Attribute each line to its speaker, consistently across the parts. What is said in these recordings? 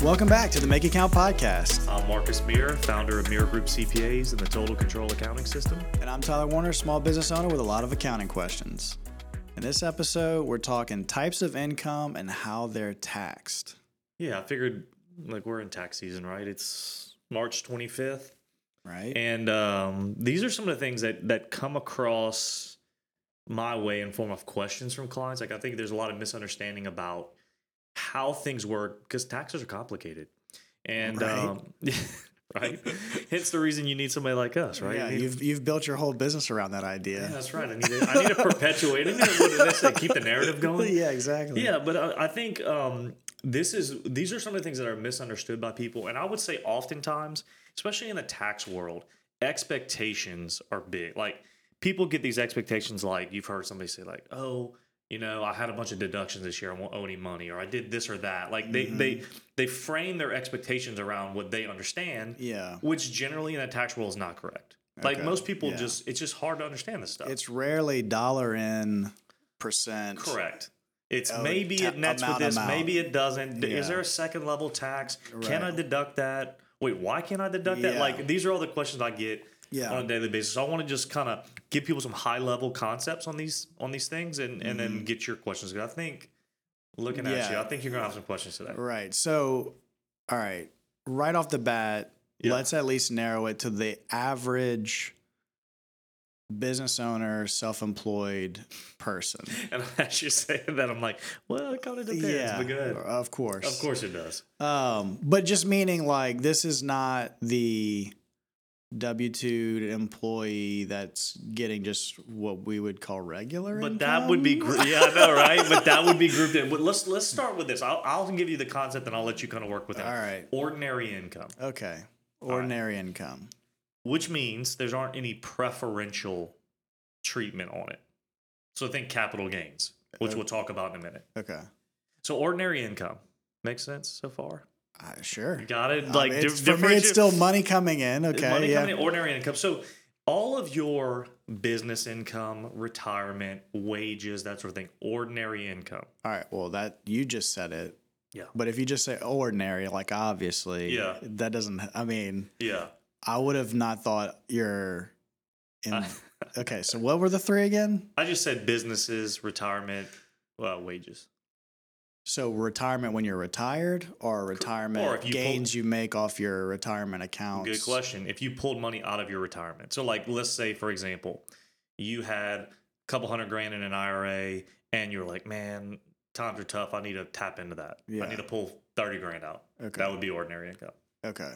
Speaker 1: Welcome back to the Make It Count podcast.
Speaker 2: I'm Marcus Muir, founder of Muir Group CPAs and the Total Control Accounting System.
Speaker 1: And I'm Tyler Warner, small business owner with a lot of accounting questions. In this episode, we're talking types of income and how they're taxed.
Speaker 2: Yeah, I figured like we're in tax season, right? It's March 25th,
Speaker 1: Right?
Speaker 2: and um, these are some of the things that that come across my way in form of questions from clients. Like I think there's a lot of misunderstanding about how things work because taxes are complicated, and
Speaker 1: Right.
Speaker 2: um, right, hence the reason you need somebody like us, right?
Speaker 1: Yeah,
Speaker 2: You need-
Speaker 1: you've, you've built your whole business around that
Speaker 2: Yeah,
Speaker 1: idea.
Speaker 2: that's right. I need to, I need to perpetuate. I need to, what is this, like, keep the narrative
Speaker 1: Yeah,
Speaker 2: going.
Speaker 1: exactly.
Speaker 2: Yeah, but uh, I, I think um, this is these are some of the things that are misunderstood by people, and I would say oftentimes, especially in the tax world, expectations are big. Like people get these expectations, like you've heard somebody say, like, "Oh, you know, I had a bunch of deductions this year, I won't owe any money," or "I did this or that." Like they they
Speaker 1: Mm-hmm.
Speaker 2: they frame their expectations around what they understand,
Speaker 1: Yeah.
Speaker 2: which generally in the tax world is not correct. Like
Speaker 1: Okay,
Speaker 2: most people,
Speaker 1: yeah.
Speaker 2: just it's just hard to understand this stuff.
Speaker 1: It's rarely dollar in percent.
Speaker 2: Correct. It's
Speaker 1: Oh,
Speaker 2: maybe
Speaker 1: ta-
Speaker 2: it nets with
Speaker 1: amount,
Speaker 2: this,
Speaker 1: amount.
Speaker 2: maybe it doesn't. D-
Speaker 1: Yeah.
Speaker 2: Is there a second level tax? Can I
Speaker 1: Right.
Speaker 2: deduct that? Wait, why can't I deduct
Speaker 1: Yeah.
Speaker 2: that? Like these are all the questions I get
Speaker 1: Yeah.
Speaker 2: on a daily basis. So I want to just kind of give people some high level concepts on these on these things, and and then get your questions. 'Cause I think looking at you,
Speaker 1: Mm-hmm. Yeah.
Speaker 2: I think you're gonna have some questions today.
Speaker 1: Right. So, all right. Right off the bat,
Speaker 2: Yeah.
Speaker 1: let's at least narrow it to the average business owner, self employed person.
Speaker 2: And as you're saying that, I'm like, well, it kind of depends. But go ahead.
Speaker 1: Of course.
Speaker 2: Of course it does.
Speaker 1: Um, but just meaning like this is not the W 2 employee that's getting just what we would call regular.
Speaker 2: But that would be
Speaker 1: income?
Speaker 2: gr- yeah, I know, right? But that would be grouped in. But let's let's start with this. I'll, I'll give you the concept, and I'll let you kind of work with it.
Speaker 1: All right.
Speaker 2: Ordinary income,
Speaker 1: Okay.
Speaker 2: right.
Speaker 1: Ordinary income.
Speaker 2: which means there aren't any preferential treatment on it. So think capital gains,
Speaker 1: Uh,
Speaker 2: which we'll talk about in a minute.
Speaker 1: Okay.
Speaker 2: So ordinary income makes sense so far.
Speaker 1: Uh, sure.
Speaker 2: You got it.
Speaker 1: Um,
Speaker 2: Like
Speaker 1: it's,
Speaker 2: di-
Speaker 1: for me, it's
Speaker 2: differentiate-
Speaker 1: still money coming in.
Speaker 2: It's
Speaker 1: Okay,
Speaker 2: money
Speaker 1: yeah,
Speaker 2: coming in, ordinary income. So all of your business income, retirement, wages, that sort of thing, ordinary income.
Speaker 1: All right. Well, that you just said it.
Speaker 2: Yeah.
Speaker 1: But if you just say ordinary, like obviously,
Speaker 2: Yeah.
Speaker 1: that doesn't. I mean,
Speaker 2: Yeah.
Speaker 1: I would have not thought your. In, okay, so what were the three again?
Speaker 2: I just said businesses, retirement, well, wages.
Speaker 1: So retirement when you're retired, or retirement
Speaker 2: Or if you pull-
Speaker 1: gains you make off your retirement accounts.
Speaker 2: Good question. If you pulled money out of your retirement, so like let's say for example, you had a couple hundred grand in an IRA, and you're like, man, times are tough. I need to tap into that.
Speaker 1: Yeah.
Speaker 2: I need to pull thirty grand out.
Speaker 1: Okay.
Speaker 2: That would be ordinary income.
Speaker 1: Okay.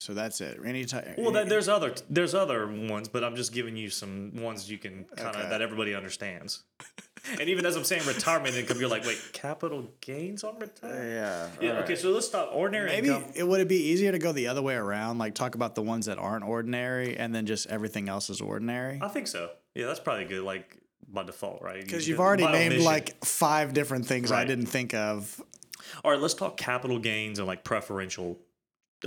Speaker 1: So that's it. Any time.
Speaker 2: Well, that, there's other there's other ones, but I'm just giving you some ones you can kind of
Speaker 1: Okay.
Speaker 2: that everybody understands. and even as I'm saying retirement income, you're like, wait, capital gains on retirement?
Speaker 1: yeah.
Speaker 2: Yeah. Okay. So let's stop ordinary
Speaker 1: Maybe
Speaker 2: income.
Speaker 1: it would it be easier to go the other way around, like talk about the ones that aren't ordinary, and then just everything else is ordinary.
Speaker 2: I think so. Yeah, that's probably good, like by default, right?
Speaker 1: Because
Speaker 2: You
Speaker 1: you've
Speaker 2: could-
Speaker 1: already
Speaker 2: by
Speaker 1: named
Speaker 2: omission.
Speaker 1: like five different things I
Speaker 2: Right.
Speaker 1: didn't think of.
Speaker 2: All right, let's talk capital gains and like preferential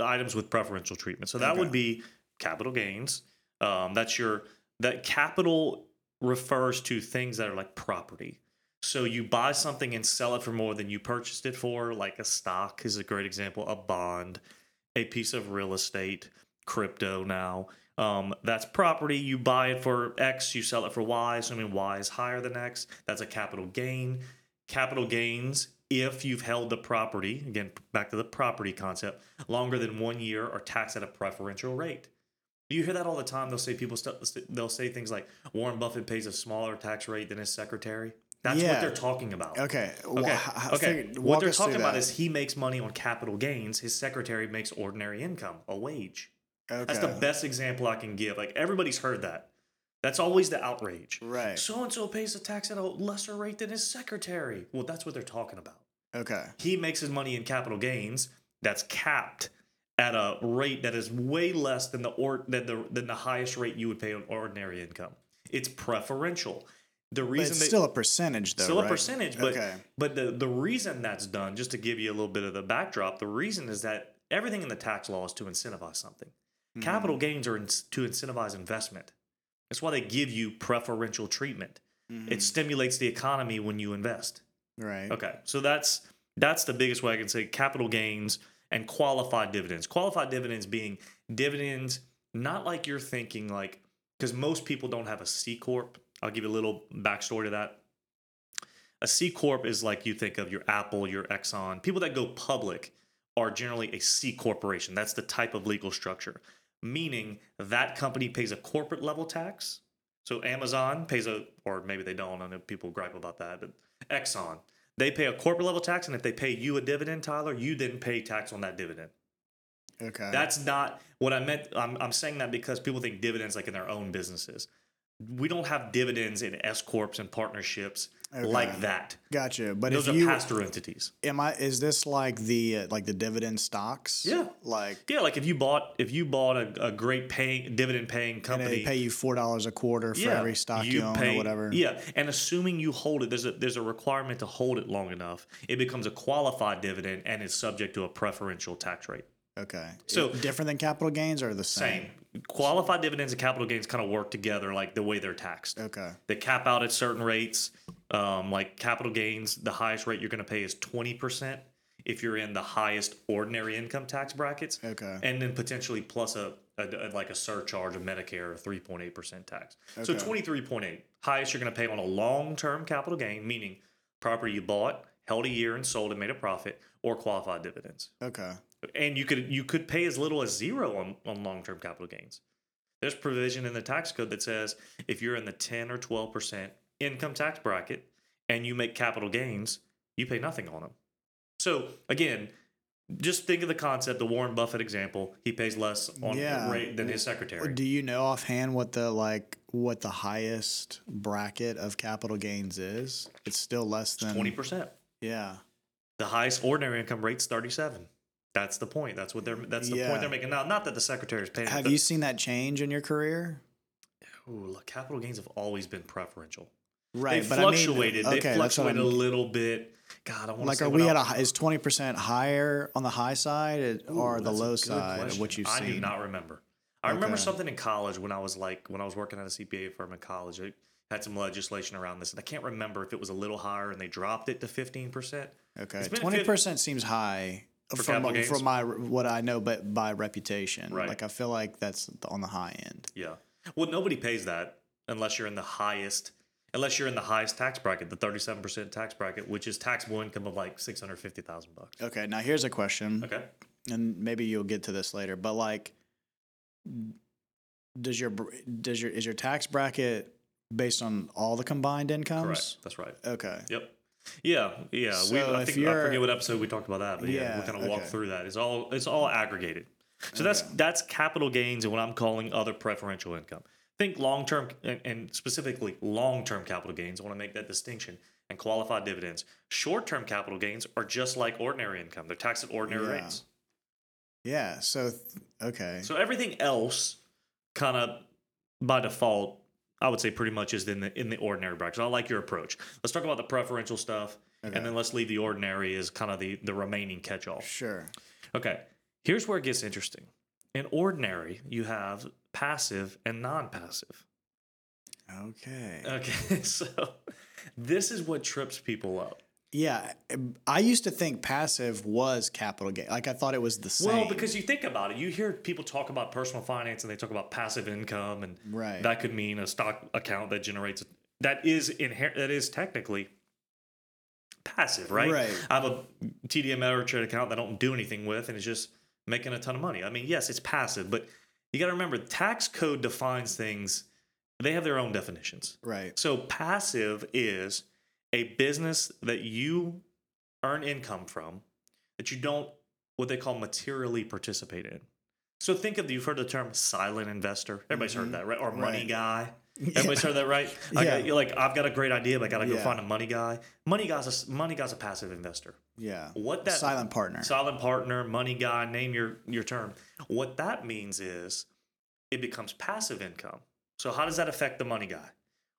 Speaker 2: items with preferential treatment. So that
Speaker 1: Okay.
Speaker 2: would be capital gains. Um, that's your that capital refers to things that are like property. So you buy something and sell it for more than you purchased it for, like a stock is a great example, a bond, a piece of real estate, crypto now. Um, that's property. You buy it for X, you sell it for Y, assuming Y is higher than X. That's a capital gain. Capital gains, if you've held the property, again, back to the property concept, longer than one year are taxed at a preferential rate. You hear that all the time. They'll say people, st- they'll say things like Warren Buffett pays a smaller tax rate than his secretary. That's
Speaker 1: Yeah.
Speaker 2: what they're talking about.
Speaker 1: Okay. wha-
Speaker 2: Okay.
Speaker 1: h- h-
Speaker 2: okay.
Speaker 1: figure- walk
Speaker 2: what they're
Speaker 1: us through
Speaker 2: talking about
Speaker 1: that.
Speaker 2: is he makes money on capital gains. His secretary makes ordinary income, a wage.
Speaker 1: okay.
Speaker 2: That's the best example I can give. Like everybody's heard that. That's always the outrage.
Speaker 1: Right.
Speaker 2: So and so pays a tax at a lesser rate than his secretary. Well, that's what they're talking about.
Speaker 1: Okay.
Speaker 2: He makes his money in capital gains. That's capped at a rate that is way less than the or than the than the highest rate you would pay on ordinary income. It's preferential. The
Speaker 1: But
Speaker 2: reason
Speaker 1: it's
Speaker 2: they-
Speaker 1: still a percentage, though.
Speaker 2: still
Speaker 1: right?
Speaker 2: a percentage but
Speaker 1: Okay.
Speaker 2: but the the reason that's done just to give you a little bit of the backdrop the reason is that everything in the tax law is to incentivize something
Speaker 1: Mm-hmm.
Speaker 2: capital gains are in, to incentivize investment that's why they give you preferential treatment it stimulates the economy when you invest
Speaker 1: Mm-hmm. Right.
Speaker 2: okay so that's That's the biggest way I can say capital gains and qualified dividends. Qualified dividends being dividends, not like you're thinking like, because most people don't have a C Corp. I'll give you a little backstory to that. A C Corp is like you think of your Apple, your Exxon. People that go public are generally a C corporation. That's the type of legal structure, meaning that company pays a corporate level tax. So Amazon pays a, or maybe they don't. I know people gripe about that, but Exxon, they pay a corporate level tax. And if they pay you a dividend, Tyler, you then pay tax on that dividend.
Speaker 1: Okay.
Speaker 2: That's not what I meant. I'm, I'm saying that because people think dividends like in their own businesses. We don't have dividends in S corps and partnerships like
Speaker 1: Okay.
Speaker 2: that.
Speaker 1: gotcha. But
Speaker 2: Those
Speaker 1: if
Speaker 2: are
Speaker 1: you
Speaker 2: pastor entities.
Speaker 1: am I is this like the uh, like the dividend stocks?
Speaker 2: Yeah.
Speaker 1: Like
Speaker 2: Yeah, like if you bought if you bought a, a great paying dividend paying
Speaker 1: and
Speaker 2: company,
Speaker 1: they pay you four dollars a quarter for every stock you, own or whatever.
Speaker 2: Yeah, and assuming you hold it, there's a there's a requirement to hold it long enough. It becomes a qualified dividend and is subject to a preferential tax rate.
Speaker 1: Okay.
Speaker 2: So-
Speaker 1: It- different than capital gains or the same?
Speaker 2: Same. Qualified dividends and capital gains kind of work together, like the way they're taxed.
Speaker 1: Okay.
Speaker 2: They cap out at certain rates. Um, like capital gains, the highest rate you're going to pay is twenty percent if you're in the highest ordinary income tax brackets.
Speaker 1: Okay.
Speaker 2: and then potentially plus a, a- a- like a surcharge of Medicare of 3.8% tax. So
Speaker 1: Okay.
Speaker 2: 23.8 highest you're going to pay on a long-term capital gain, meaning property you bought, held a year and sold and made a profit or qualified dividends.
Speaker 1: Okay.
Speaker 2: And you could you could pay as little as 0 on, on long-term capital gains. There's provision in the tax code that says if you're in the 10 or 12% income tax bracket and you make capital gains, you pay nothing on them. So again, just think of the concept, the Warren Buffett example. He pays less on
Speaker 1: Yeah.
Speaker 2: rate than his secretary.
Speaker 1: Do you know offhand what the like what the highest bracket of capital gains is? It's still less than
Speaker 2: Twenty percent.
Speaker 1: Yeah.
Speaker 2: The highest ordinary income rate's thirty-seven. That's the point. That's what they're. That's the
Speaker 1: Yeah.
Speaker 2: point they're making now. Not that the secretary is paying.
Speaker 1: Have
Speaker 2: but-
Speaker 1: you seen that change in your career?
Speaker 2: Ooh, look, capital gains have always been preferential.
Speaker 1: Right,
Speaker 2: they
Speaker 1: but
Speaker 2: fluctuated.
Speaker 1: I mean,
Speaker 2: they
Speaker 1: okay, that's what
Speaker 2: fluctuated a
Speaker 1: I'm-
Speaker 2: little bit. God, I want to
Speaker 1: like
Speaker 2: say
Speaker 1: are
Speaker 2: when
Speaker 1: we
Speaker 2: I-
Speaker 1: at a hi- is 20% higher on the high side it-
Speaker 2: Ooh,
Speaker 1: or the
Speaker 2: that's a
Speaker 1: low
Speaker 2: good
Speaker 1: side of what
Speaker 2: question.
Speaker 1: you've
Speaker 2: I
Speaker 1: seen?
Speaker 2: do not remember. I remember
Speaker 1: Okay.
Speaker 2: something in college when I was like when I was working at a CPA firm in college. It had some legislation around this, and I can't remember if it was a little higher and they dropped it to fifteen percent.
Speaker 1: Okay,
Speaker 2: It's been
Speaker 1: twenty percent seems high
Speaker 2: For capital
Speaker 1: from
Speaker 2: gains?
Speaker 1: from my what I know, but by reputation,
Speaker 2: Right.
Speaker 1: Like I feel like that's on the high end.
Speaker 2: Yeah. Well, nobody pays that unless you're in the highest, unless you're in the highest tax bracket, the thirty-seven percent tax bracket, which is taxable income of like six hundred fifty thousand bucks.
Speaker 1: Okay, now here's a question,
Speaker 2: Okay.
Speaker 1: and maybe you'll get to this later, but like, does your br- does your is your tax bracket based on all the combined
Speaker 2: Correct.
Speaker 1: incomes?
Speaker 2: That's right.
Speaker 1: Okay,
Speaker 2: Yep. Yeah, yeah. we,
Speaker 1: So
Speaker 2: I
Speaker 1: if
Speaker 2: think I forget
Speaker 1: you're-
Speaker 2: what episode we talked about that, but yeah,
Speaker 1: Yeah,
Speaker 2: we kind of walk
Speaker 1: okay.
Speaker 2: through that. It's all it's all aggregated. So that's
Speaker 1: Okay.
Speaker 2: that's capital gains and what I'm calling other preferential income. Think long term and, and specifically long term capital gains. I want to make that distinction and qualified dividends. Short term capital gains are just like ordinary income. They're taxed at ordinary
Speaker 1: Yeah.
Speaker 2: rates.
Speaker 1: yeah. So th- okay,
Speaker 2: So everything else, kind of by default, I would say pretty much is in the in the ordinary bracket. So I like your approach. Let's talk about the preferential stuff,
Speaker 1: Okay.
Speaker 2: and then let's leave the ordinary as kind of the the remaining catch all.
Speaker 1: sure.
Speaker 2: Okay, here's where it gets interesting. In ordinary, you have passive and non-passive.
Speaker 1: Okay.
Speaker 2: Uh, Okay, so this is what trips people up.
Speaker 1: yeah, um, I used to think passive was capital gain. Like I thought it was the same.
Speaker 2: Well, because you think about it, you hear people talk about personal finance and they talk about passive income and
Speaker 1: right.
Speaker 2: that could mean a stock account that generates that is inherent that is technically passive right
Speaker 1: Right.
Speaker 2: i have a tdm Ameritrade account that i don't do anything with and it's just making a ton of money i mean yes it's passive but you got to remember tax code defines things they have their own definitions
Speaker 1: right.
Speaker 2: so passive is a business that you earn income from that you don't what they call materially participate in. So think of you've heard the term silent investor. Everybody's heard
Speaker 1: Mhm.
Speaker 2: that, right? Or money
Speaker 1: Right.
Speaker 2: guy. Everybody's heard that, right? I
Speaker 1: Yeah.
Speaker 2: got, you're like I've got a great idea, but I gotta go
Speaker 1: Yeah.
Speaker 2: find a money guy. Money guy's a, money guy's a passive investor.
Speaker 1: Yeah.
Speaker 2: What that
Speaker 1: silent partner.
Speaker 2: Silent partner, money guy, name your your term. What that means is it becomes passive income. So how does that affect the money guy?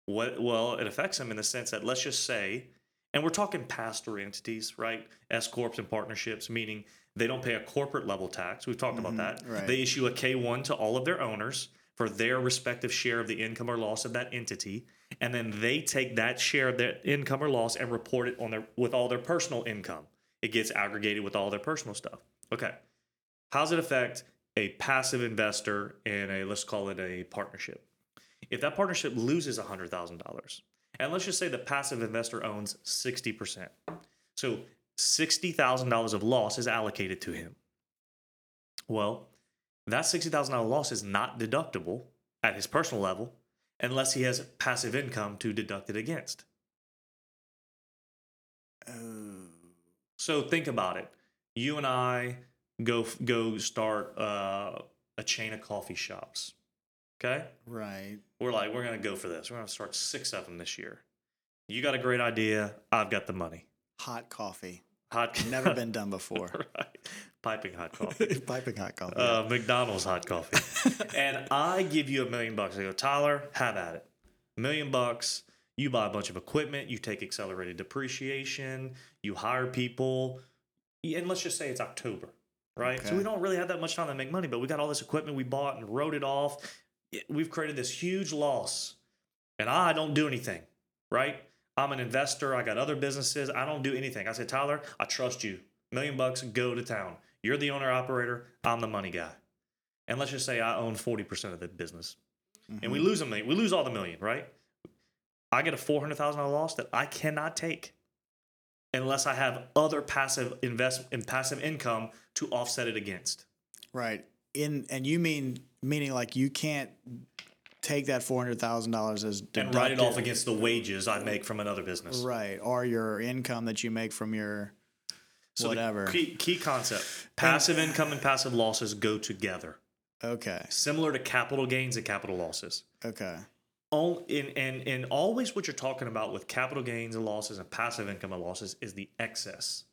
Speaker 2: What well, it affects him in the sense that let's just say, and we're talking pastor entities, right? S corps and partnerships, meaning they don't pay a corporate level tax. We've talked
Speaker 1: Mhm,
Speaker 2: about that.
Speaker 1: right.
Speaker 2: They issue a K one to all of their owners for their respective share of the income or loss of that entity, and then they take that share of their income or loss and report it on their with all their personal income It gets aggregated with all their personal stuff. Okay. How's it affect a passive investor in a, let's call it a partnership? If that partnership loses $100,000, and let's just say the passive investor owns 60%. So $60,000 of loss is allocated to him. Well, that $60,000 loss is not deductible at his personal level unless he has passive income to deduct it against.
Speaker 1: Oh.
Speaker 2: So think about it. You and I go go start uh, a chain of coffee shops. Okay,
Speaker 1: Right.
Speaker 2: we're like we're gonna go for this. We're gonna start six of them this year. You got a great idea. I've got the money.
Speaker 1: Hot coffee.
Speaker 2: Hot
Speaker 1: Never been done before.
Speaker 2: right. piping hot coffee.
Speaker 1: Piping hot coffee.
Speaker 2: Uh, McDonald's hot coffee. and I give you a million bucks. I go, Tyler, have at it. million bucks. You buy a bunch of equipment. You take accelerated depreciation. You hire people. Yeah, And let's just say it's October, right? So
Speaker 1: Okay.
Speaker 2: we don't really have that much time to make money, but we got all this equipment we bought and wrote it off. It- We've created this huge loss. And I don't do anything, right? I'm an investor. I got other businesses. I don't do anything. I said, Tyler, I trust you. Million bucks, go to town. You're the owner operator. I'm the money guy. And let's just say I own 40% of the business and we lose a million. We lose all the million, right? I get a four hundred thousand dollar loss that I cannot take unless I have other passive investment and passive income to offset it against.
Speaker 1: Mm-hmm. Right. In and you mean meaning like you can't take that four hundred thousand dollars as
Speaker 2: And write it off
Speaker 1: deducted-
Speaker 2: against the wages I make from another business.
Speaker 1: Right. Or your income that you make from your
Speaker 2: So the
Speaker 1: whatever.
Speaker 2: Key, key concept. Passive income and passive losses go together.
Speaker 1: okay.
Speaker 2: Similar to capital gains and capital losses.
Speaker 1: Okay.
Speaker 2: All in and and always what you're talking about with capital gains and losses and passive income and losses is the excess.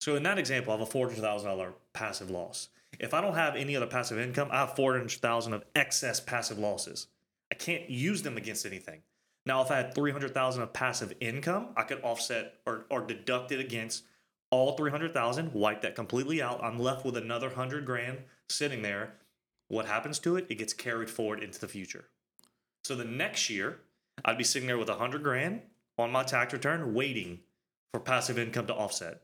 Speaker 2: So in that example, I have a four hundred thousand dollar passive loss. If I don't have any other passive income, I have four hundred thousand of excess passive losses. I can't use them against anything. Now, if I had three hundred thousand of passive income, I could offset or or deduct it against all three hundred thousand, wipe that completely out. I'm left with another hundred grand sitting there. What happens to it? It gets carried forward into the future. So the next year, I'd be sitting there with a hundred grand on my tax return, waiting for passive income to offset.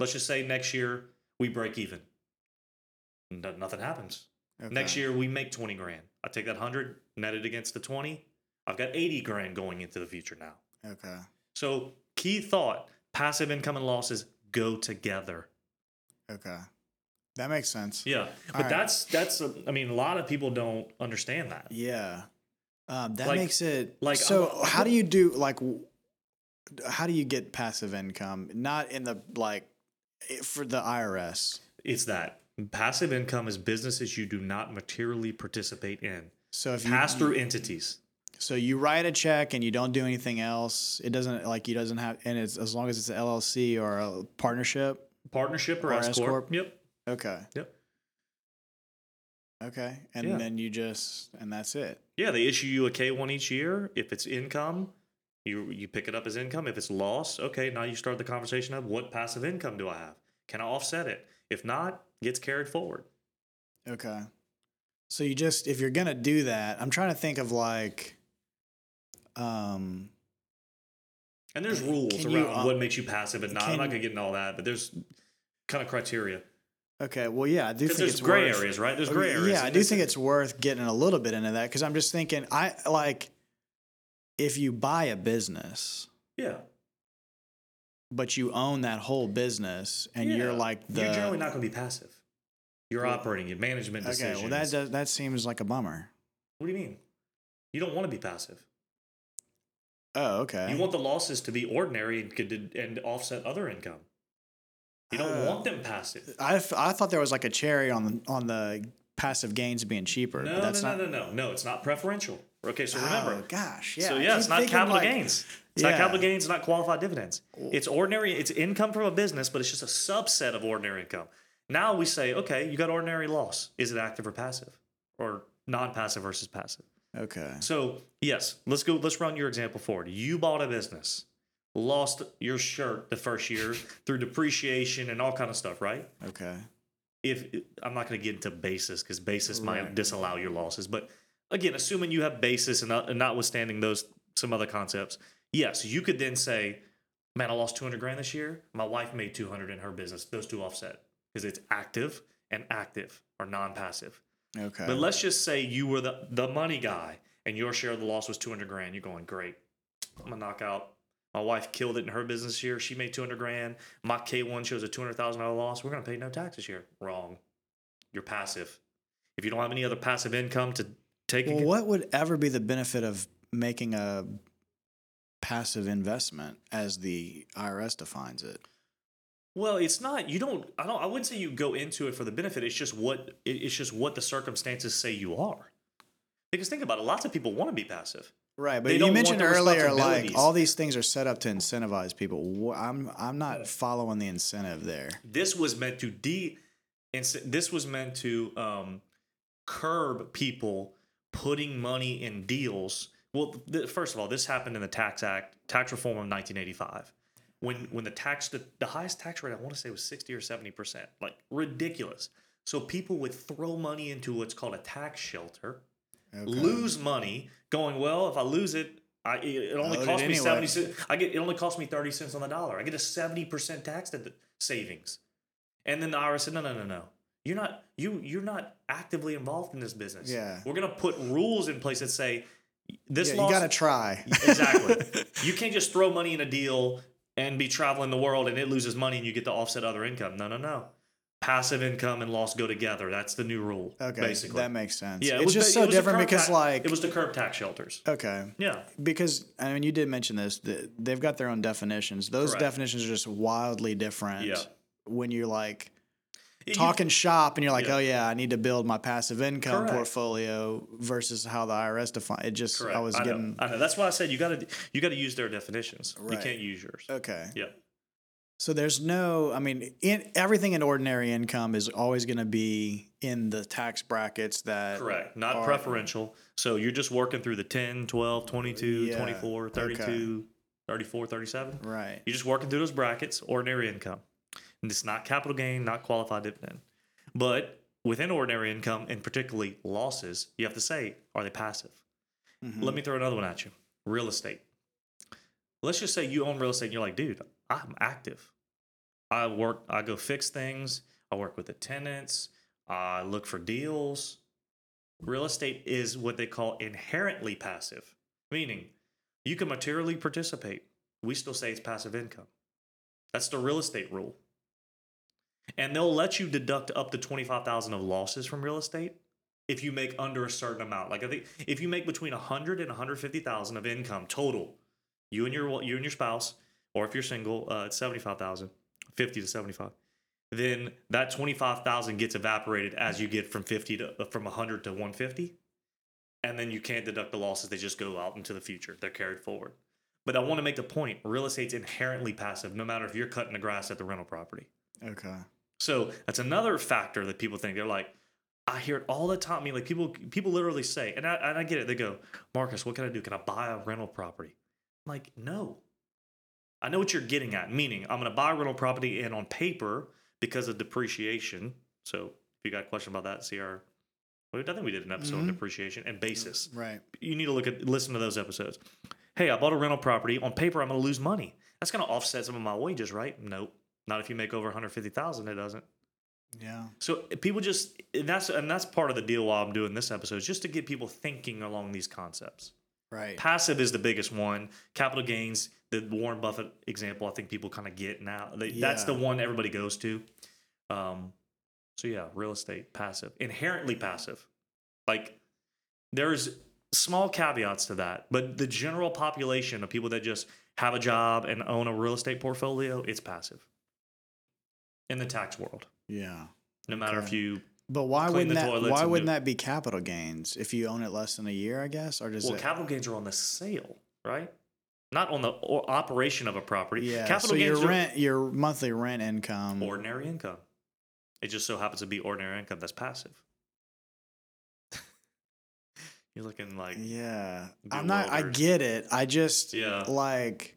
Speaker 2: Let's just say next year we break even. No- nothing happens.
Speaker 1: okay.
Speaker 2: Next year we make twenty grand. I take that hundred, net it against the twenty. I've got eighty grand going into the future now.
Speaker 1: Okay.
Speaker 2: So key thought: passive income and losses go together.
Speaker 1: Okay. That makes sense.
Speaker 2: Yeah, but
Speaker 1: right.
Speaker 2: that's that's. A, I mean, a lot of people don't understand that.
Speaker 1: Yeah. Um, that
Speaker 2: Like-
Speaker 1: makes it like
Speaker 2: like,
Speaker 1: so.
Speaker 2: I'm-
Speaker 1: how do you do like? w- How do you get passive income? Not in the like i- for the IRS.
Speaker 2: It's that passive income is businesses you do not materially participate in.
Speaker 1: So if you
Speaker 2: pass through entities.
Speaker 1: so you write a check and you don't do anything else, it doesn't like you doesn't have and it's as long as it's an LLC or a partnership.
Speaker 2: Partnership or,
Speaker 1: Or
Speaker 2: S
Speaker 1: S
Speaker 2: corp.
Speaker 1: corp.
Speaker 2: Yep.
Speaker 1: Okay.
Speaker 2: Yep.
Speaker 1: Okay, and
Speaker 2: Yeah.
Speaker 1: then you just and that's it.
Speaker 2: Yeah, they issue you a K one each year. If it's income, you you pick it up as income. If it's loss, okay, now you start the conversation of what passive income do I have? Can I offset it? If not, gets carried forward.
Speaker 1: Okay. So you just if you're gonna do that, I'm trying to think of like, um,
Speaker 2: And there's
Speaker 1: Can
Speaker 2: rules
Speaker 1: you,
Speaker 2: around
Speaker 1: uh,
Speaker 2: what makes you passive and not. I'm
Speaker 1: can-
Speaker 2: not gonna get into all that, but there's kind of criteria.
Speaker 1: okay, well, yeah, I do
Speaker 2: Because
Speaker 1: think
Speaker 2: there's
Speaker 1: it's
Speaker 2: gray
Speaker 1: worth-
Speaker 2: areas, right? There's
Speaker 1: I
Speaker 2: gray
Speaker 1: mean,
Speaker 2: areas.
Speaker 1: Yeah, I
Speaker 2: and
Speaker 1: do think it's worth getting a little bit into that because I'm just thinking, I like if you buy a business,
Speaker 2: yeah.
Speaker 1: but you own that whole business and
Speaker 2: Yeah.
Speaker 1: you're like the
Speaker 2: You're generally not gonna be passive. You're
Speaker 1: Well-
Speaker 2: operating, your management
Speaker 1: okay,
Speaker 2: decisions.
Speaker 1: well that does, that seems like a bummer.
Speaker 2: what do you mean? You don't want to be passive.
Speaker 1: Oh, okay.
Speaker 2: You want the losses to be ordinary and could and offset other income. You don't
Speaker 1: Oh.
Speaker 2: want them passive.
Speaker 1: I, f- I thought there was like a cherry on the on the passive gains being cheaper.
Speaker 2: No,
Speaker 1: but
Speaker 2: no,
Speaker 1: that's
Speaker 2: no,
Speaker 1: not.
Speaker 2: no, no, no. It's not preferential. Okay, so remember.
Speaker 1: Oh, gosh, yeah.
Speaker 2: so
Speaker 1: I
Speaker 2: yeah,
Speaker 1: keep
Speaker 2: it's not
Speaker 1: thinking,
Speaker 2: capital
Speaker 1: like,
Speaker 2: gains. It's not
Speaker 1: Yeah.
Speaker 2: capital gains. It's not qualified dividends. It's ordinary. It's income from a business, but it's just a subset of ordinary income. Now we say, okay, you got ordinary loss. Is it active or passive, or non-passive versus passive?
Speaker 1: Okay.
Speaker 2: So yes, let's go. Let's run your example forward. You bought a business, lost your shirt the first year through depreciation and all kind of stuff, right?
Speaker 1: Okay.
Speaker 2: If I'm not going to get into basis because basis might
Speaker 1: Right.
Speaker 2: disallow your losses, but again, assuming you have basis and, not, and notwithstanding those some other concepts, yes, you could then say man, I lost 200 grand this year. My wife made 200 in her business. Those two offset because it's active and active or non passive.
Speaker 1: Okay.
Speaker 2: But let's just say you were the, the money guy and your share of the loss was 200 grand. You're going, great. I'm going to knock out. My wife killed it in her business year. She made 200 grand. My K1 shows a $200,000 loss. We're going to pay no taxes here. Wrong. You're passive. If you don't have any other passive income to take,
Speaker 1: well,
Speaker 2: again-
Speaker 1: what would ever be the benefit of making a passive investment as the IRS defines it?
Speaker 2: Well, it's not. You don't. I don't. I wouldn't say you go into it for the benefit. It's just what. it- It's just what the circumstances say you are. Because think about it. Lots of people want to be passive.
Speaker 1: Right, but
Speaker 2: They
Speaker 1: you
Speaker 2: don't want
Speaker 1: mentioned
Speaker 2: the
Speaker 1: earlier, like
Speaker 2: responsibilities.
Speaker 1: all these things are set up to incentivize people. Wh- I'm I'm not following the incentive there.
Speaker 2: This was meant to de. ins- This was meant to um, curb people putting money in deals. Well, th- first of all, this happened in the Tax Act, Tax Reform of 1985. When, when the tax the, the highest tax rate I want to say was 60 or 70 percent like ridiculous so people would throw money into what's called a tax shelter
Speaker 1: Okay.
Speaker 2: lose money going well if i lose it I, it it only
Speaker 1: owe it
Speaker 2: costs me
Speaker 1: anyway.
Speaker 2: 70 cents i get it only costs me 30 cents on the dollar i get a 70% tax to the savings and then the irs said no no no no you're not you you're not actively involved in this business
Speaker 1: Yeah.
Speaker 2: we're gonna put rules in place that say this
Speaker 1: Yeah,
Speaker 2: loss
Speaker 1: you got to try.
Speaker 2: exactly you can't just throw money in a deal and be traveling the world and it loses money and you get to offset other income no no no passive income and loss go together that's the new rule
Speaker 1: Okay,
Speaker 2: basically
Speaker 1: that makes sense.
Speaker 2: yeah, it
Speaker 1: it's
Speaker 2: was
Speaker 1: just
Speaker 2: the-
Speaker 1: so
Speaker 2: it was the
Speaker 1: different
Speaker 2: curb
Speaker 1: because,
Speaker 2: tax-
Speaker 1: like,
Speaker 2: it was the curb tax shelters.
Speaker 1: okay,
Speaker 2: Yeah,
Speaker 1: because I mean, you did mention this. th- They've got their own definitions. Those
Speaker 2: Correct.
Speaker 1: definitions are just wildly different.
Speaker 2: Yeah.
Speaker 1: When you're like
Speaker 2: You-
Speaker 1: talking shop and you're like,
Speaker 2: Yeah.
Speaker 1: oh yeah, I need to build my passive income
Speaker 2: Correct.
Speaker 1: portfolio versus how the IRS defines it. Just
Speaker 2: Correct.
Speaker 1: I was
Speaker 2: know.
Speaker 1: getting
Speaker 2: I know. That's why I said you got to you got to use their definitions. You
Speaker 1: Right.
Speaker 2: can't use yours.
Speaker 1: okay.
Speaker 2: Yeah.
Speaker 1: So there's no, I mean, in, everything in ordinary income is always going to be in the tax brackets that
Speaker 2: Correct. Not
Speaker 1: All right.
Speaker 2: preferential. So you're just working through the 10, 12, 22,
Speaker 1: Yeah.
Speaker 2: 24, 32,
Speaker 1: Okay.
Speaker 2: 34, 37.
Speaker 1: Right.
Speaker 2: You're just working through those brackets, ordinary income. And it's not capital gain, not qualified dividend. But within ordinary income and particularly losses, you have to say, are they passive?
Speaker 1: Mhm.
Speaker 2: Mm-hmm. Let me throw another one at you. Real estate. Let's just say you own real estate and you're like, dude, I'm active. I work, I go fix things, I work with the tenants, I look for deals. Real estate is what they call inherently passive, meaning you can materially participate. We still say it's passive income. That's the real estate rule. And they'll let you deduct up to 25,000 of losses from real estate if you make under a certain amount. Like I think if you make between 100 and 150,000 of income total, you and your you and your spouse, or if you're single, uh, it's 75,000, 50 to 75. Then that 25,000 gets evaporated as you get from 50 to uh, from 100 to 150. And then you can't deduct the losses. They just go out into the future. They're carried forward. But I want to make the point real estate's inherently passive, no matter if you're cutting the grass at the rental property.
Speaker 1: okay.
Speaker 2: So that's another factor that people think. They're like, I hear it all the time. I mean, like people people literally say, and I, and I get it. They go, Marcus, what can I do? Can I buy a rental property? I'm like, no. I know what you're getting at. Meaning, I'm going to buy a rental property, and on paper, because of depreciation. So if you got a question about that, see our. Well, I think we did an episode on
Speaker 1: Mhm.
Speaker 2: depreciation and basis
Speaker 1: Right.
Speaker 2: you need to look at listen to those episodes. Hey, I bought a rental property. On paper, I'm going to lose money. That's going to offset some of my wages, right? Nope. Not if you make over 150,000, it doesn't.
Speaker 1: Yeah.
Speaker 2: So people just and that's and that's part of the deal while I'm doing this episode, is just to get people thinking along these concepts.
Speaker 1: Right.
Speaker 2: Passive is the biggest one. Capital gains, the Warren Buffett example, I think people kind of get now. They, That's
Speaker 1: Yeah.
Speaker 2: the one everybody goes to. Um, so yeah, real estate, passive, inherently passive. Like there's small caveats to that, but the general population of people that just have a job and own a real estate portfolio, it's passive in the tax world.
Speaker 1: Yeah.
Speaker 2: No matter if
Speaker 1: Okay.
Speaker 2: you
Speaker 1: But why
Speaker 2: Clean
Speaker 1: wouldn't
Speaker 2: the
Speaker 1: that?
Speaker 2: toilets
Speaker 1: Why
Speaker 2: and
Speaker 1: wouldn't
Speaker 2: do-
Speaker 1: that be capital gains if you own it less than a year? I guess, or does
Speaker 2: well,
Speaker 1: it?
Speaker 2: capital gains are on the sale, right? Not on the o- operation of a property.
Speaker 1: yeah.
Speaker 2: capital
Speaker 1: so your
Speaker 2: gains are-
Speaker 1: rent, your monthly rent income.
Speaker 2: ordinary income. It just so happens to be ordinary income that's passive. You're looking like
Speaker 1: yeah. I'm not. I
Speaker 2: bewildered.
Speaker 1: get it. I just
Speaker 2: Yeah.
Speaker 1: like.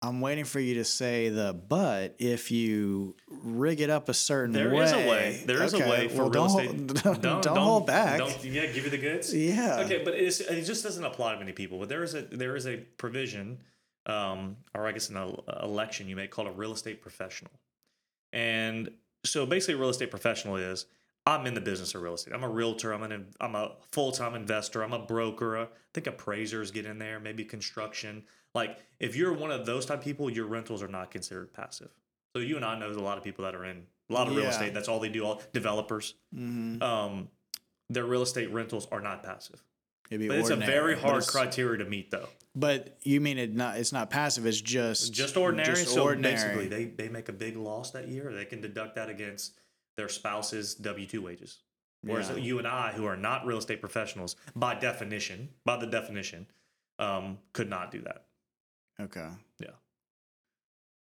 Speaker 1: I'm waiting for you to say the but if you rig it up a certain
Speaker 2: there
Speaker 1: way.
Speaker 2: is a way. There is a
Speaker 1: Okay,
Speaker 2: way for
Speaker 1: well,
Speaker 2: real
Speaker 1: don't,
Speaker 2: estate.
Speaker 1: Hold, don't, don't, hold back.
Speaker 2: Don't, yeah, give you the goods.
Speaker 1: yeah.
Speaker 2: Okay, but it's, it just doesn't apply to many people. But there is a there is a provision um, or I guess in an uh, election, you may call a real estate professional. And so basically, a real estate professional is I'm in the business of real estate. I'm a realtor. I'm an I'm a full time investor. I'm a broker. I think appraisers get in there. Maybe construction. Like if you're one of those type of people, your rentals are not considered passive. So you and I know a lot of people that are in a lot of real
Speaker 1: Yeah.
Speaker 2: estate. That's all they do. All developers.
Speaker 1: Mm-hmm.
Speaker 2: Um, their real estate rentals are not passive.
Speaker 1: It'd be
Speaker 2: But it's a
Speaker 1: ordinary,
Speaker 2: very
Speaker 1: but
Speaker 2: hard
Speaker 1: it's-
Speaker 2: criteria to meet, though.
Speaker 1: But you mean it not? It's not passive. It's just
Speaker 2: just ordinary.
Speaker 1: Just
Speaker 2: so
Speaker 1: ordinary.
Speaker 2: basically, they, they make a big loss that year. They can deduct that against their spouse's W two wages. Whereas
Speaker 1: Yeah.
Speaker 2: you and I, who are not real estate professionals, by definition, by the definition, um, could not do that.
Speaker 1: okay.
Speaker 2: Yeah.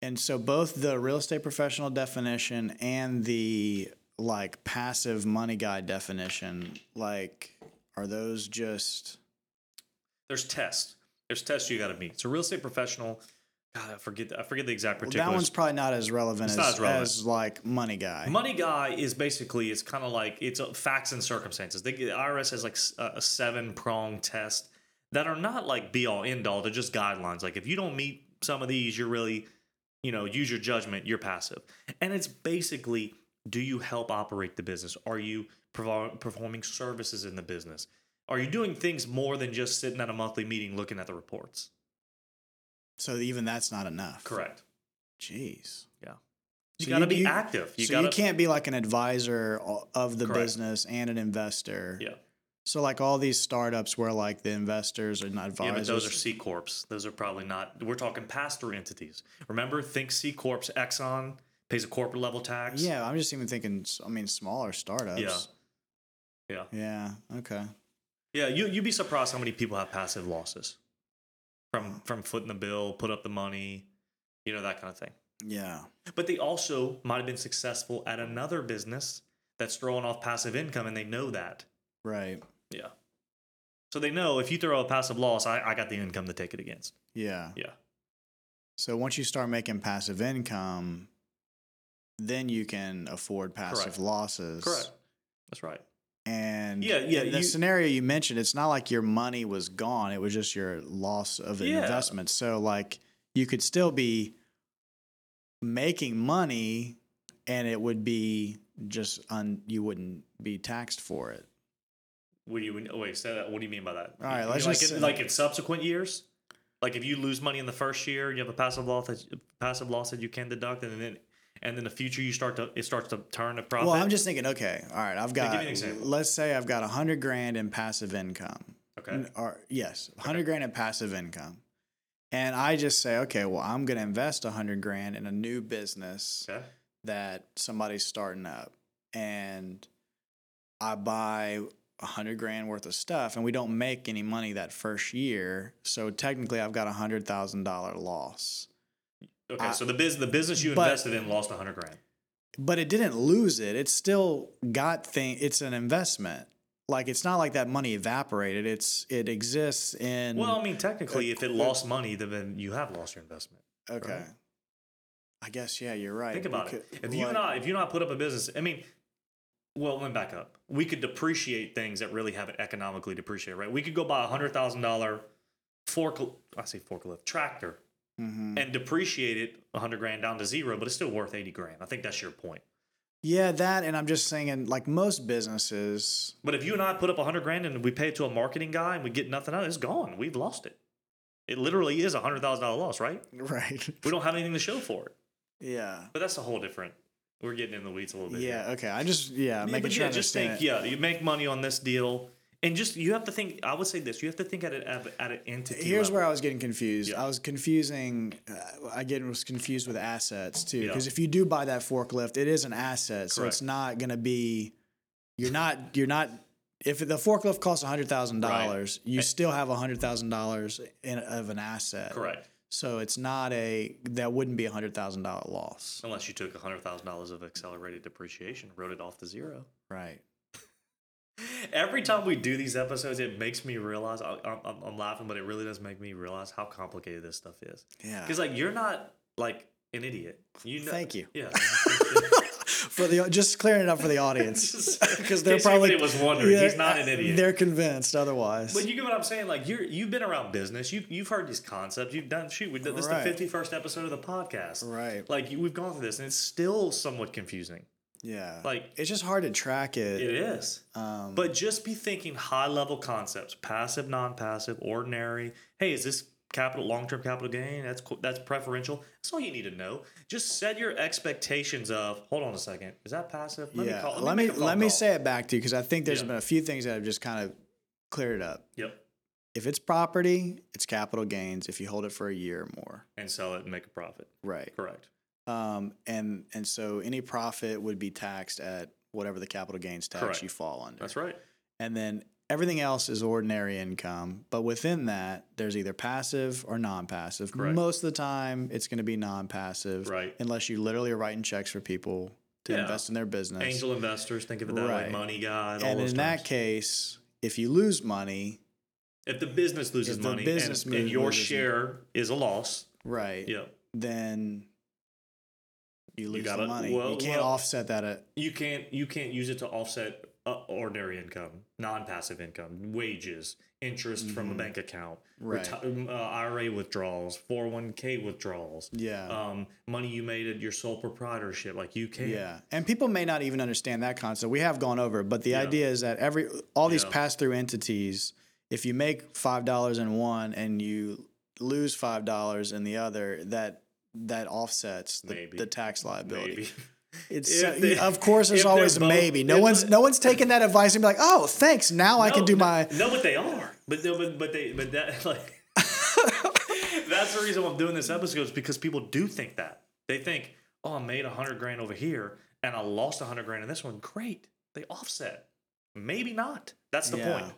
Speaker 1: And so both the real estate professional definition and the like passive money guy definition, like, are those just?
Speaker 2: There's tests. There's tests you got to meet. So real estate professional, God, I forget. The, I forget the exact
Speaker 1: Well,
Speaker 2: particulars.
Speaker 1: that one's probably not as relevant, as,
Speaker 2: It's not as relevant.
Speaker 1: as like money guy.
Speaker 2: Money guy is basically it's kind of like it's uh facts and circumstances. They, the IRS has like s- a, a seven prong test that are not like be all end all. They're just guidelines. Like if you don't meet some of these, you're really, you know, use your judgment. You're passive, and it's basically do you help operate the business? Are you provi- performing services in the business? Are you doing things more than just sitting at a monthly meeting looking at the reports?
Speaker 1: so even that's not enough.
Speaker 2: Correct.
Speaker 1: Jeez.
Speaker 2: Yeah. You
Speaker 1: So
Speaker 2: got to be
Speaker 1: you-
Speaker 2: active. You
Speaker 1: so
Speaker 2: got
Speaker 1: you
Speaker 2: to.
Speaker 1: can't be like an advisor o- of the
Speaker 2: Correct.
Speaker 1: business and an investor.
Speaker 2: Yeah.
Speaker 1: So like all these startups where like the investors are not
Speaker 2: Yeah,
Speaker 1: advisors.
Speaker 2: but those are C corps. Those are probably not. We're talking pass through entities. Remember, think C corps. Exxon pays a corporate level tax.
Speaker 1: Yeah, I'm just even thinking. s- I mean, smaller startups.
Speaker 2: Yeah. yeah,
Speaker 1: Yeah. Okay.
Speaker 2: yeah. You you'd be surprised how many people have passive losses from from footing the bill, put up the money, you know that kind of thing.
Speaker 1: Yeah.
Speaker 2: But they also might have been successful at another business that's throwing off passive income, and they know that.
Speaker 1: Right.
Speaker 2: Yeah. So they know if you throw a passive loss, I, I got the income to take it against.
Speaker 1: Yeah.
Speaker 2: Yeah.
Speaker 1: So once you start making passive income, then you can afford passive
Speaker 2: Correct.
Speaker 1: losses.
Speaker 2: Correct. That's right.
Speaker 1: And
Speaker 2: Yeah, yeah,
Speaker 1: in the
Speaker 2: you-
Speaker 1: scenario you mentioned, it's not like your money was gone; it was just your loss of an
Speaker 2: Yeah.
Speaker 1: investment. So, like, you could still be making money, and it would be just un- you wouldn't be taxed for it.
Speaker 2: What do you oh, wait? Say that. What do you mean by that?
Speaker 1: All right,
Speaker 2: You
Speaker 1: let's
Speaker 2: mean
Speaker 1: just
Speaker 2: like in,
Speaker 1: say-
Speaker 2: like in subsequent years. Like if you lose money in the first year, you have a passive loss that passive loss that you can deduct, and then and then the future you start to it starts to turn a profit.
Speaker 1: Well, I'm just thinking, okay, all right, I've
Speaker 2: Yeah,
Speaker 1: got.
Speaker 2: give me an example.
Speaker 1: Let's say I've got a hundred grand in passive income.
Speaker 2: okay.
Speaker 1: N- Or yes, a hundred grand in passive income, and I just say, okay, well, I'm going to invest a hundred grand in a new business
Speaker 2: Okay.
Speaker 1: that somebody's starting up, and I buy a hundred grand worth of stuff, and we don't make any money that first year, so technically, I've got a hundred thousand dollar loss.
Speaker 2: Okay.
Speaker 1: I-
Speaker 2: so the biz the business you
Speaker 1: Uh, but-
Speaker 2: invested in lost hundred grand.
Speaker 1: but it didn't lose it. It still got thing. It's an investment. Like it's not like that money evaporated. It's it exists in.
Speaker 2: Well, I mean, technically,
Speaker 1: Uh,
Speaker 2: if it
Speaker 1: uh,
Speaker 2: lost money, then you have lost your investment.
Speaker 1: okay.
Speaker 2: right.
Speaker 1: I guess yeah, you're right.
Speaker 2: Think
Speaker 1: We
Speaker 2: about
Speaker 1: could-
Speaker 2: it. If you and
Speaker 1: like-
Speaker 2: I, if you and I put up a business, I mean, well, let me back up. We could depreciate things that really haven't economically depreciated, right? We could go buy a hundred thousand dollar forklift, I say forklift tractor,
Speaker 1: Mhm.
Speaker 2: and depreciate it a hundred grand down to zero, but it's still worth eighty grand. I think that's your point.
Speaker 1: yeah, that and I'm just saying, like most businesses,
Speaker 2: But if you and I put up a hundred grand and we pay it to a marketing guy and we get nothing out, of it, it's gone. We've lost it. It literally is a hundred thousand dollar loss, right?
Speaker 1: right?
Speaker 2: We don't have anything to show for it.
Speaker 1: yeah,
Speaker 2: But that's a whole different. We're getting in the weeds a little bit. here.
Speaker 1: yeah. Okay, I just yeah,
Speaker 2: Yeah,
Speaker 1: making
Speaker 2: but
Speaker 1: sure I
Speaker 2: yeah, just
Speaker 1: understand.
Speaker 2: think,
Speaker 1: it.
Speaker 2: yeah, you make money on this deal, and just you have to think. I would say this: you have to think at it at, at an entity.
Speaker 1: Here's
Speaker 2: level.
Speaker 1: where I was getting confused.
Speaker 2: Yeah.
Speaker 1: I was confusing. Uh, I get was confused with assets too,
Speaker 2: Yeah.
Speaker 1: because if you do buy that forklift, it is an asset, so
Speaker 2: Correct.
Speaker 1: it's not going to be. You're not. You're not. If the forklift costs hundred thousand dollars,
Speaker 2: Eh.
Speaker 1: you still have hundred thousand dollars in of an asset.
Speaker 2: correct,
Speaker 1: So it's not a that wouldn't be a hundred thousand dollar loss.
Speaker 2: unless you took hundred thousand dollars of accelerated depreciation, wrote it off to zero.
Speaker 1: Right.
Speaker 2: Every time we do these episodes, it makes me realize I, I'm, I'm- I'm laughing, but it really does make me realize how complicated this stuff is.
Speaker 1: Yeah.
Speaker 2: Because like you're not like an idiot. You know,
Speaker 1: Thank Ah. you.
Speaker 2: Yeah.
Speaker 1: for the just clearing it up for the audience because they're
Speaker 2: In case anybody
Speaker 1: probably
Speaker 2: was wondering. He's
Speaker 1: they're-
Speaker 2: not an idiot.
Speaker 1: They're convinced otherwise.
Speaker 2: But you get what I'm saying? Like you're you've been around business. You you've heard these concepts. You've done shoot. We did this is the
Speaker 1: Right.
Speaker 2: 51st episode of the podcast.
Speaker 1: right?
Speaker 2: Like you, we've gone through this, and it's still somewhat confusing.
Speaker 1: Yeah.
Speaker 2: Like
Speaker 1: it's just hard to track it.
Speaker 2: it is.
Speaker 1: Um,
Speaker 2: But just be thinking high level concepts: passive, non-passive, ordinary. Hey, is this capital long-term capital gain? That's co- that's preferential. That's all you need to know. Just set your expectations of. Hold on a second. Is that passive?
Speaker 1: yeah. let me
Speaker 2: make a phone
Speaker 1: let me
Speaker 2: call.
Speaker 1: say it back to you because I think there's
Speaker 2: Yeah.
Speaker 1: been a few things that have just kind of cleared it up.
Speaker 2: Yep.
Speaker 1: If it's property, it's capital gains. If you hold it for a year or more,
Speaker 2: And sell it and make a profit.
Speaker 1: right?
Speaker 2: Correct.
Speaker 1: Um, and and so any profit would be taxed at whatever the capital gains tax
Speaker 2: Correct.
Speaker 1: you fall under.
Speaker 2: That's right.
Speaker 1: And then everything else is ordinary income, but within that, there's either passive or non-passive.
Speaker 2: Correct.
Speaker 1: Most of the time, it's going to be non-passive,
Speaker 2: Right.
Speaker 1: unless you literally are writing checks for people to
Speaker 2: Yeah.
Speaker 1: invest in their business.
Speaker 2: Angel investors think of it that way.
Speaker 1: Right.
Speaker 2: Money guy. all
Speaker 1: and in
Speaker 2: those
Speaker 1: that
Speaker 2: terms.
Speaker 1: case, if you lose money,
Speaker 2: if the business loses
Speaker 1: if the
Speaker 2: money
Speaker 1: business
Speaker 2: and,
Speaker 1: mo-
Speaker 2: and your
Speaker 1: loses-
Speaker 2: share is a loss,
Speaker 1: right,
Speaker 2: yeah,
Speaker 1: then you lose
Speaker 2: gotta-
Speaker 1: the money.
Speaker 2: well-
Speaker 1: you can't
Speaker 2: well-
Speaker 1: offset that at
Speaker 2: you can't you can't use it to offset uh, ordinary income, non-passive income, wages, interest from a
Speaker 1: Mhm.
Speaker 2: bank account,
Speaker 1: right.
Speaker 2: reti- um, uh, IRA withdrawals, 401k withdrawals,
Speaker 1: yeah.
Speaker 2: um, money you made at your sole proprietorship. Like you can't.
Speaker 1: Yeah, and people may not even understand that concept. We have gone over, it, but the
Speaker 2: Yeah.
Speaker 1: idea is that every all these
Speaker 2: Yeah.
Speaker 1: pass through entities, if you make five dollars in one and you lose five dollars in the other, that that offsets the,
Speaker 2: Maybe.
Speaker 1: the tax liability.
Speaker 2: Maybe.
Speaker 1: It's
Speaker 2: If they-
Speaker 1: of course there's
Speaker 2: if they're
Speaker 1: always a
Speaker 2: both-
Speaker 1: maybe. No
Speaker 2: if
Speaker 1: one's
Speaker 2: the-
Speaker 1: no one's taking that advice and be like, oh, thanks. Now I can
Speaker 2: No,
Speaker 1: do
Speaker 2: no,
Speaker 1: my
Speaker 2: No, but they are. But no, but but they but that like that's the reason why I'm doing this episode is because people do think that they think, oh, I made a hundred grand over here and I lost a hundred grand in this one. Great, they offset. Maybe not. That's the
Speaker 1: Yeah.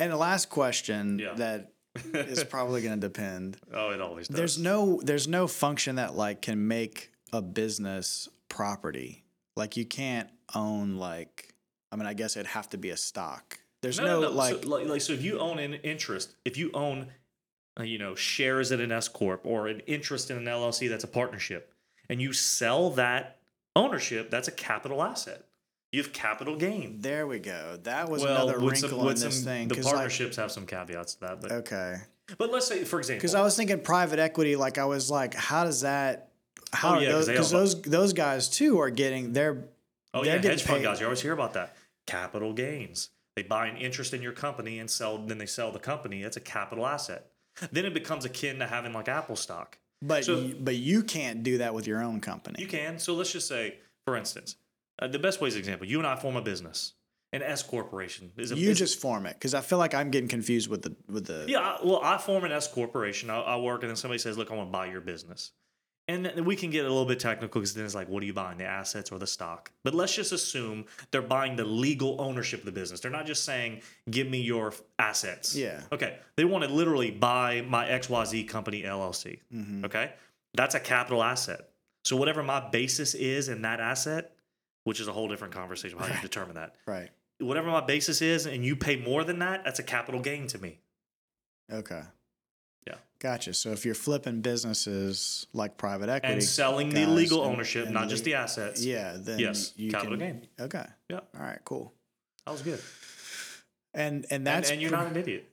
Speaker 1: And the last question
Speaker 2: Yeah.
Speaker 1: that is
Speaker 2: point.
Speaker 1: probably going to depend.
Speaker 2: oh, it always does.
Speaker 1: There's no there's no function that like can make a business property. Like you can't own like I mean I guess it'd have to be a stock. There's no, like
Speaker 2: so, like like so if you own an interest, if you own uh, you know shares at an S corp or an interest in an LLC that's a partnership, and you sell that ownership, that's a capital asset. You have capital gain.
Speaker 1: there we go. That was
Speaker 2: well,
Speaker 1: another
Speaker 2: with
Speaker 1: wrinkle
Speaker 2: some,
Speaker 1: in
Speaker 2: with
Speaker 1: this
Speaker 2: some,
Speaker 1: thing
Speaker 2: the
Speaker 1: 'cause, like-
Speaker 2: partnerships have some caveats to that, but
Speaker 1: okay.
Speaker 2: but let's say for
Speaker 1: Cuz
Speaker 2: example,
Speaker 1: I was thinking private equity like I was like how does that how
Speaker 2: Oh, yeah,
Speaker 1: are those
Speaker 2: 'cause they
Speaker 1: cuz
Speaker 2: all-
Speaker 1: those those guys too are getting their
Speaker 2: oh
Speaker 1: they're
Speaker 2: yeah,
Speaker 1: getting
Speaker 2: hedge fund
Speaker 1: paid.
Speaker 2: guys, you always hear about that. Capital gains. They buy an interest in your company and sell. Then they sell the company. That's a capital asset. Then it becomes akin to having like Apple stock.
Speaker 1: but
Speaker 2: So-
Speaker 1: you, but you can't do that with your own company.
Speaker 2: You can. So let's just say, for instance, uh, the best way is example. You and I form a business. An S corporation is a
Speaker 1: you
Speaker 2: is-
Speaker 1: just form it cuz I feel like I'm getting confused with the with the
Speaker 2: yeah. I, well, I form an S corporation. I, I work, and then somebody says, "Look, I want to buy your business." And then we can get a little bit technical because then it's like, what are you buying, the assets or the stock? But let's just assume they're buying the legal ownership of the business. They're not just saying, give me your f- assets.
Speaker 1: Yeah.
Speaker 2: Okay. They want to literally buy my XYZ company LLC.
Speaker 1: mm-hmm,
Speaker 2: Okay. That's a capital asset. So whatever my basis is in that asset, which is a whole different conversation, how you determine that.
Speaker 1: right.
Speaker 2: Whatever my basis is, and you pay more than that, that's a capital gain to me.
Speaker 1: Okay.
Speaker 2: Yeah.
Speaker 1: Gotcha. So if you're flipping businesses like private equity
Speaker 2: And selling the
Speaker 1: guys
Speaker 2: legal
Speaker 1: and-
Speaker 2: ownership,
Speaker 1: and
Speaker 2: not
Speaker 1: le-
Speaker 2: just the assets.
Speaker 1: yeah, then
Speaker 2: Yes,
Speaker 1: you
Speaker 2: capital
Speaker 1: can,
Speaker 2: gain.
Speaker 1: Okay.
Speaker 2: Yeah.
Speaker 1: All right. Cool.
Speaker 2: That was good.
Speaker 1: And and
Speaker 2: And,
Speaker 1: that's
Speaker 2: and you're
Speaker 1: pr-
Speaker 2: not an idiot.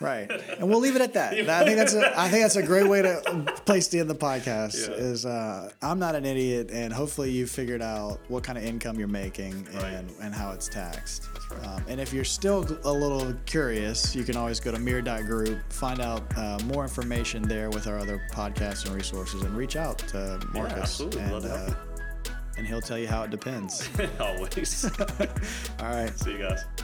Speaker 1: right. And we'll leave it at that. I think that's a, I think that's a great way to place the end of the podcast.
Speaker 2: Yeah.
Speaker 1: Is uh, I'm not an idiot, and hopefully you figured out what kind of income you're making
Speaker 2: Right.
Speaker 1: and and how it's taxed. Um, and if you're still a little curious, you can always go to mirror.group, find out uh, more information there with our other podcasts and resources, and reach out to Marcus.
Speaker 2: absolutely.
Speaker 1: And, uh,
Speaker 2: Love to help you.
Speaker 1: and he'll tell you how it depends.
Speaker 2: Always.
Speaker 1: All right.
Speaker 2: See you guys.